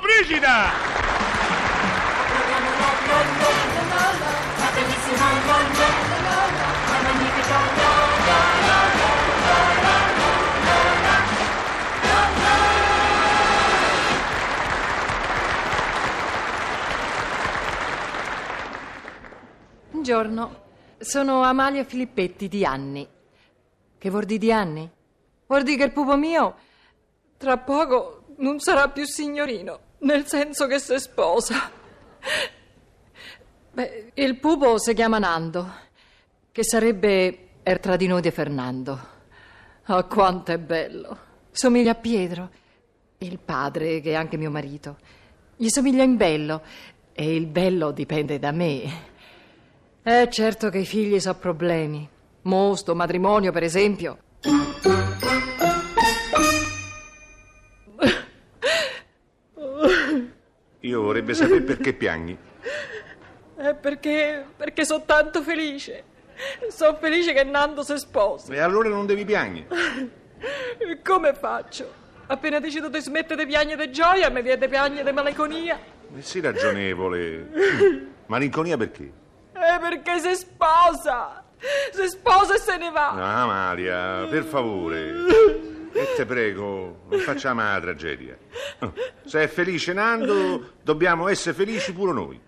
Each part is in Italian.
Brigida! Buongiorno, sono Amalia Filippetti di anni. Che vuol di di anni? Vuol di che il pupo mio tra poco non sarà più signorino, nel senso che si sposa. Beh, il pupo si chiama Nando, che sarebbe er tra di noi di Fernando. Oh, quanto è bello! Somiglia a Pietro, il padre, che è anche mio marito. Gli somiglia in bello, e il bello dipende da me. Eh, certo che i figli so problemi. Mosto, matrimonio, per esempio. Io vorrebbe sapere perché piangi. È perché, perché sono tanto felice. Sono felice che Nando si sposi. E allora non devi piangere. Come faccio? Appena decido di smettere di piangere di gioia, mi viene di piangere di malinconia. E sii ragionevole. Malinconia perché? È perché si sposa. Si sposa e se ne va. Ah, Maria, per favore. E te prego, non facciamo la tragedia. Oh, Se è felice Nando, dobbiamo essere felici pure noi.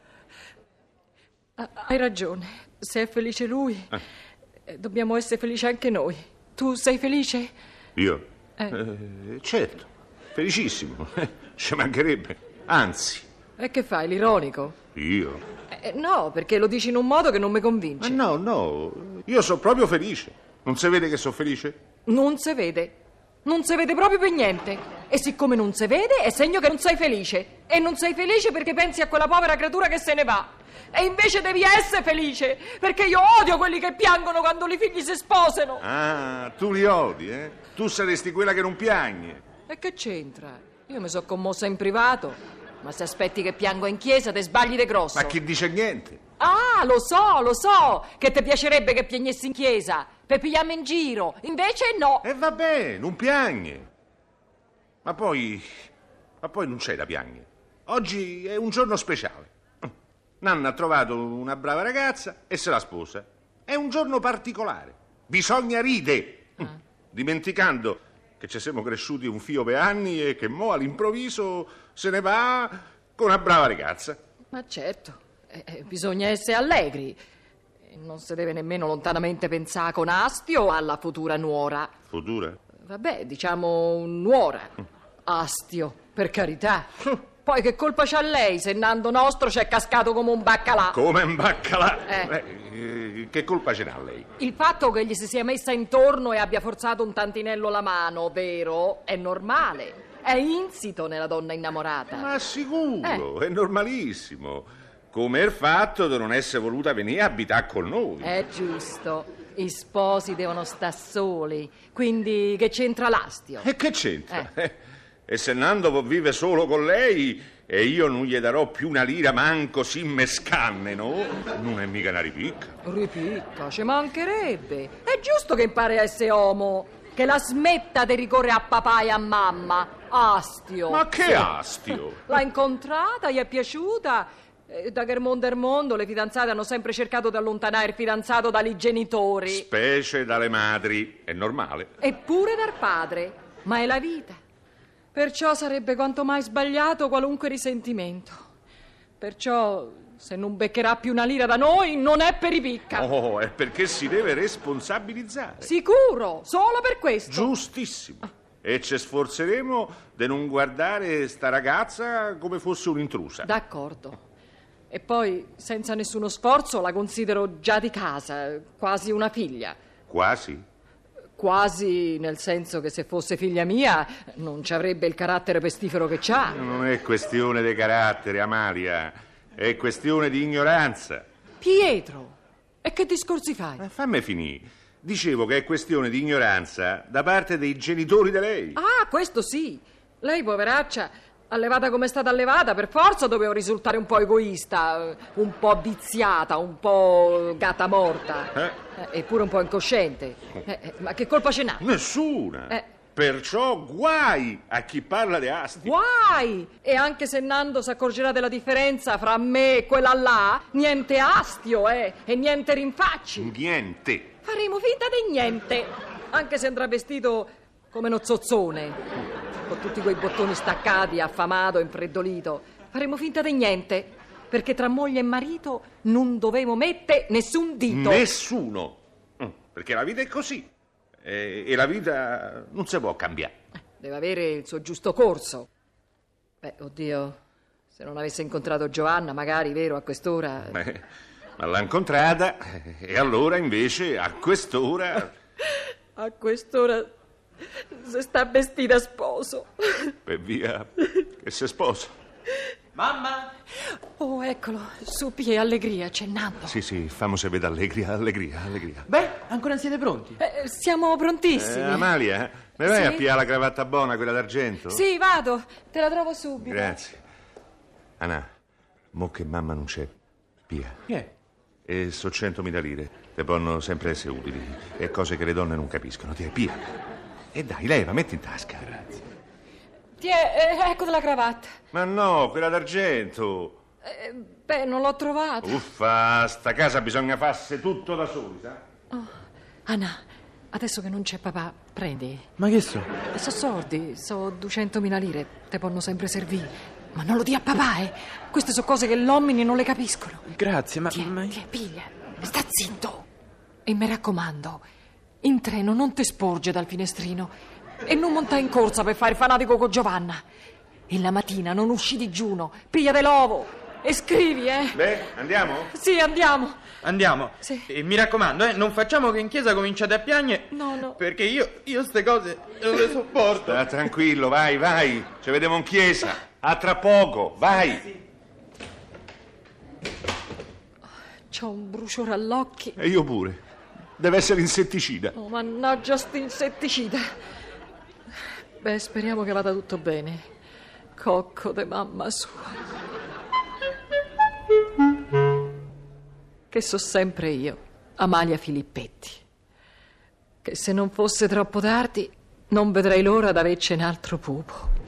Ah, Hai ragione. Se è felice lui, eh, dobbiamo essere felici anche noi. Tu sei felice? Io? Eh. Eh, certo, felicissimo. Ci mancherebbe. Anzi, E che fai, l'ironico? io? Eh, no, perché lo dici in un modo che non mi Ma convince. no, no, io sono proprio felice. Non si vede che sono felice? Non si vede. Non si vede proprio per niente. E siccome non si vede, è segno che non sei felice. E non sei felice perché pensi a quella povera creatura che se ne va. E invece devi essere felice, perché io odio quelli che piangono quando i figli si sposano. Ah, tu li odi, eh? Tu saresti quella che non piagne. E che c'entra? Io mi sono commossa in privato. Ma se aspetti che piango in chiesa, te sbagli de grosso. Ma chi dice niente? Ah, lo so, lo so, che ti piacerebbe che piagnessi in chiesa, per pigliarmi in giro. Invece no. E vabbè, non piagne. Ma poi. Ma poi non c'è da piagne. Oggi è un giorno speciale. Nanna ha trovato una brava ragazza e se la sposa. È un giorno particolare. Bisogna ride. Dimenticando che ci siamo cresciuti un fio per anni e che mo all'improvviso se ne va con una brava ragazza. Ma certo, eh, eh, bisogna essere allegri. E Non si deve nemmeno lontanamente pensare con astio alla futura nuora. Futura? Vabbè, diciamo nuora. Astio, per carità. Poi che colpa c'ha lei se Nando nostro c'è cascato come un baccalà? Come un baccalà. Eh. Eh, eh, che colpa ce n'ha lei? Il fatto che gli si sia messa intorno e abbia forzato un tantinello la mano, vero, è normale. È insito nella donna innamorata. Ma sicuro, è normalissimo. Come il fatto di non essere voluta venire a abitare con noi. È giusto. I sposi devono sta soli, quindi che c'entra l'astio? E che c'entra? Eh. E se Nando può vivere solo con lei e io non gli darò più una lira manco si me scanne, no? Non è mica una ripicca. Ripicca, ci mancherebbe. È giusto che impari a essere uomo, che la smetta di ricorrere a papà e a mamma. Astio. Ma che astio! L'ha incontrata, gli è piaciuta. Eh, Da che mondo è mondo le fidanzate hanno sempre cercato di allontanare il fidanzato dai genitori. Specie dalle madri, è normale. Eppure dal padre, ma è la vita. Perciò sarebbe quanto mai sbagliato qualunque risentimento. Perciò, se non beccherà più una lira da noi, non è per i picca. Oh, è perché si deve responsabilizzare. Sicuro, solo per questo. Giustissimo. E ci sforzeremo di non guardare sta ragazza come fosse un'intrusa. D'accordo. E poi, senza nessuno sforzo, la considero già di casa, quasi una figlia. Quasi. Quasi nel senso che se fosse figlia mia non ci avrebbe il carattere pestifero che c'ha. Non è questione di carattere, Amalia, è questione di ignoranza. Pietro, e che discorsi fai? Ma fammi finire. Dicevo che è questione di ignoranza da parte dei genitori di lei. Ah, questo sì. Lei, poveraccia, allevata come è stata allevata, per forza dovevo risultare un po' egoista, eh, un po' viziata, un po' gatta morta, Eh? Eh, eppure un po' incosciente. Eh, eh, ma che colpa ce n'ha? Nessuna. Eh, Perciò guai a chi parla di asti. Guai! E anche se Nando si accorgerà della differenza fra me e quella là, niente astio, eh, e niente rinfacci. Niente. Faremo finta di niente, anche se andrà vestito come uno zozzone, con tutti quei bottoni staccati, affamato, infreddolito. Faremo finta di niente, perché tra moglie e marito non dovevo mettere nessun dito. Nessuno. Mm, Perché la vita è così. E, e la vita non si può cambiare. Deve avere il suo giusto corso. Beh, oddio, se non avesse incontrato Giovanna, magari, vero, a quest'ora... Eh, Ma l'ha incontrata e allora invece a quest'ora... A quest'ora se sta vestita a sposo. Per via che si sposa. Mamma! Oh, eccolo, su e allegria, c'è Nando. Sì, sì, famo se vede allegria, allegria, allegria. Beh, ancora non siete pronti? Eh, siamo prontissimi. Eh, Amalia, mi vai a Sì. pigliare la cravatta buona, quella d'argento? Sì, vado, te la trovo subito. Grazie. Anna, mo che mamma non c'è, pia. Che è? E so 100.000 lire, te possono sempre essere utili. E cose che le donne non capiscono, ti pia. E dai, leva, metti in tasca. Tiè, eh, ecco della cravatta. Ma no, quella d'argento. Eh, beh, non l'ho trovata. Uffa, sta casa bisogna farsi tutto da eh. soli, sa? Anna, adesso che non c'è papà, prendi. Ma che so? So sordi, so 200.000 lire, te possono sempre servire. Ma non lo dia a papà, eh. Queste sono cose che gli uomini non le capiscono. Grazie, ma... Tiè, ma- tiè, piglia. Sta zitto. E mi raccomando, in treno non ti sporge dal finestrino e non monta in corsa per fare il fanatico con Giovanna. E la mattina non usci digiuno, pigliate l'ovo e scrivi, eh. Beh, andiamo? Sì, andiamo. Andiamo. Sì. E mi raccomando, eh, non facciamo che in chiesa cominciate a piangere. No, no. Perché io, io ste cose non le sopporto. Sta tranquillo, vai, vai. Ci vediamo in chiesa. A tra poco, vai. C'ho un bruciore all'occhio. E io pure. Deve essere insetticida. Oh, mannaggia, sti insetticida. Beh, speriamo che vada tutto bene. Cocco de mamma sua. Che so sempre io, Amalia Filippetti. Che se non fosse troppo tardi, non vedrei l'ora d'averci un altro pupo.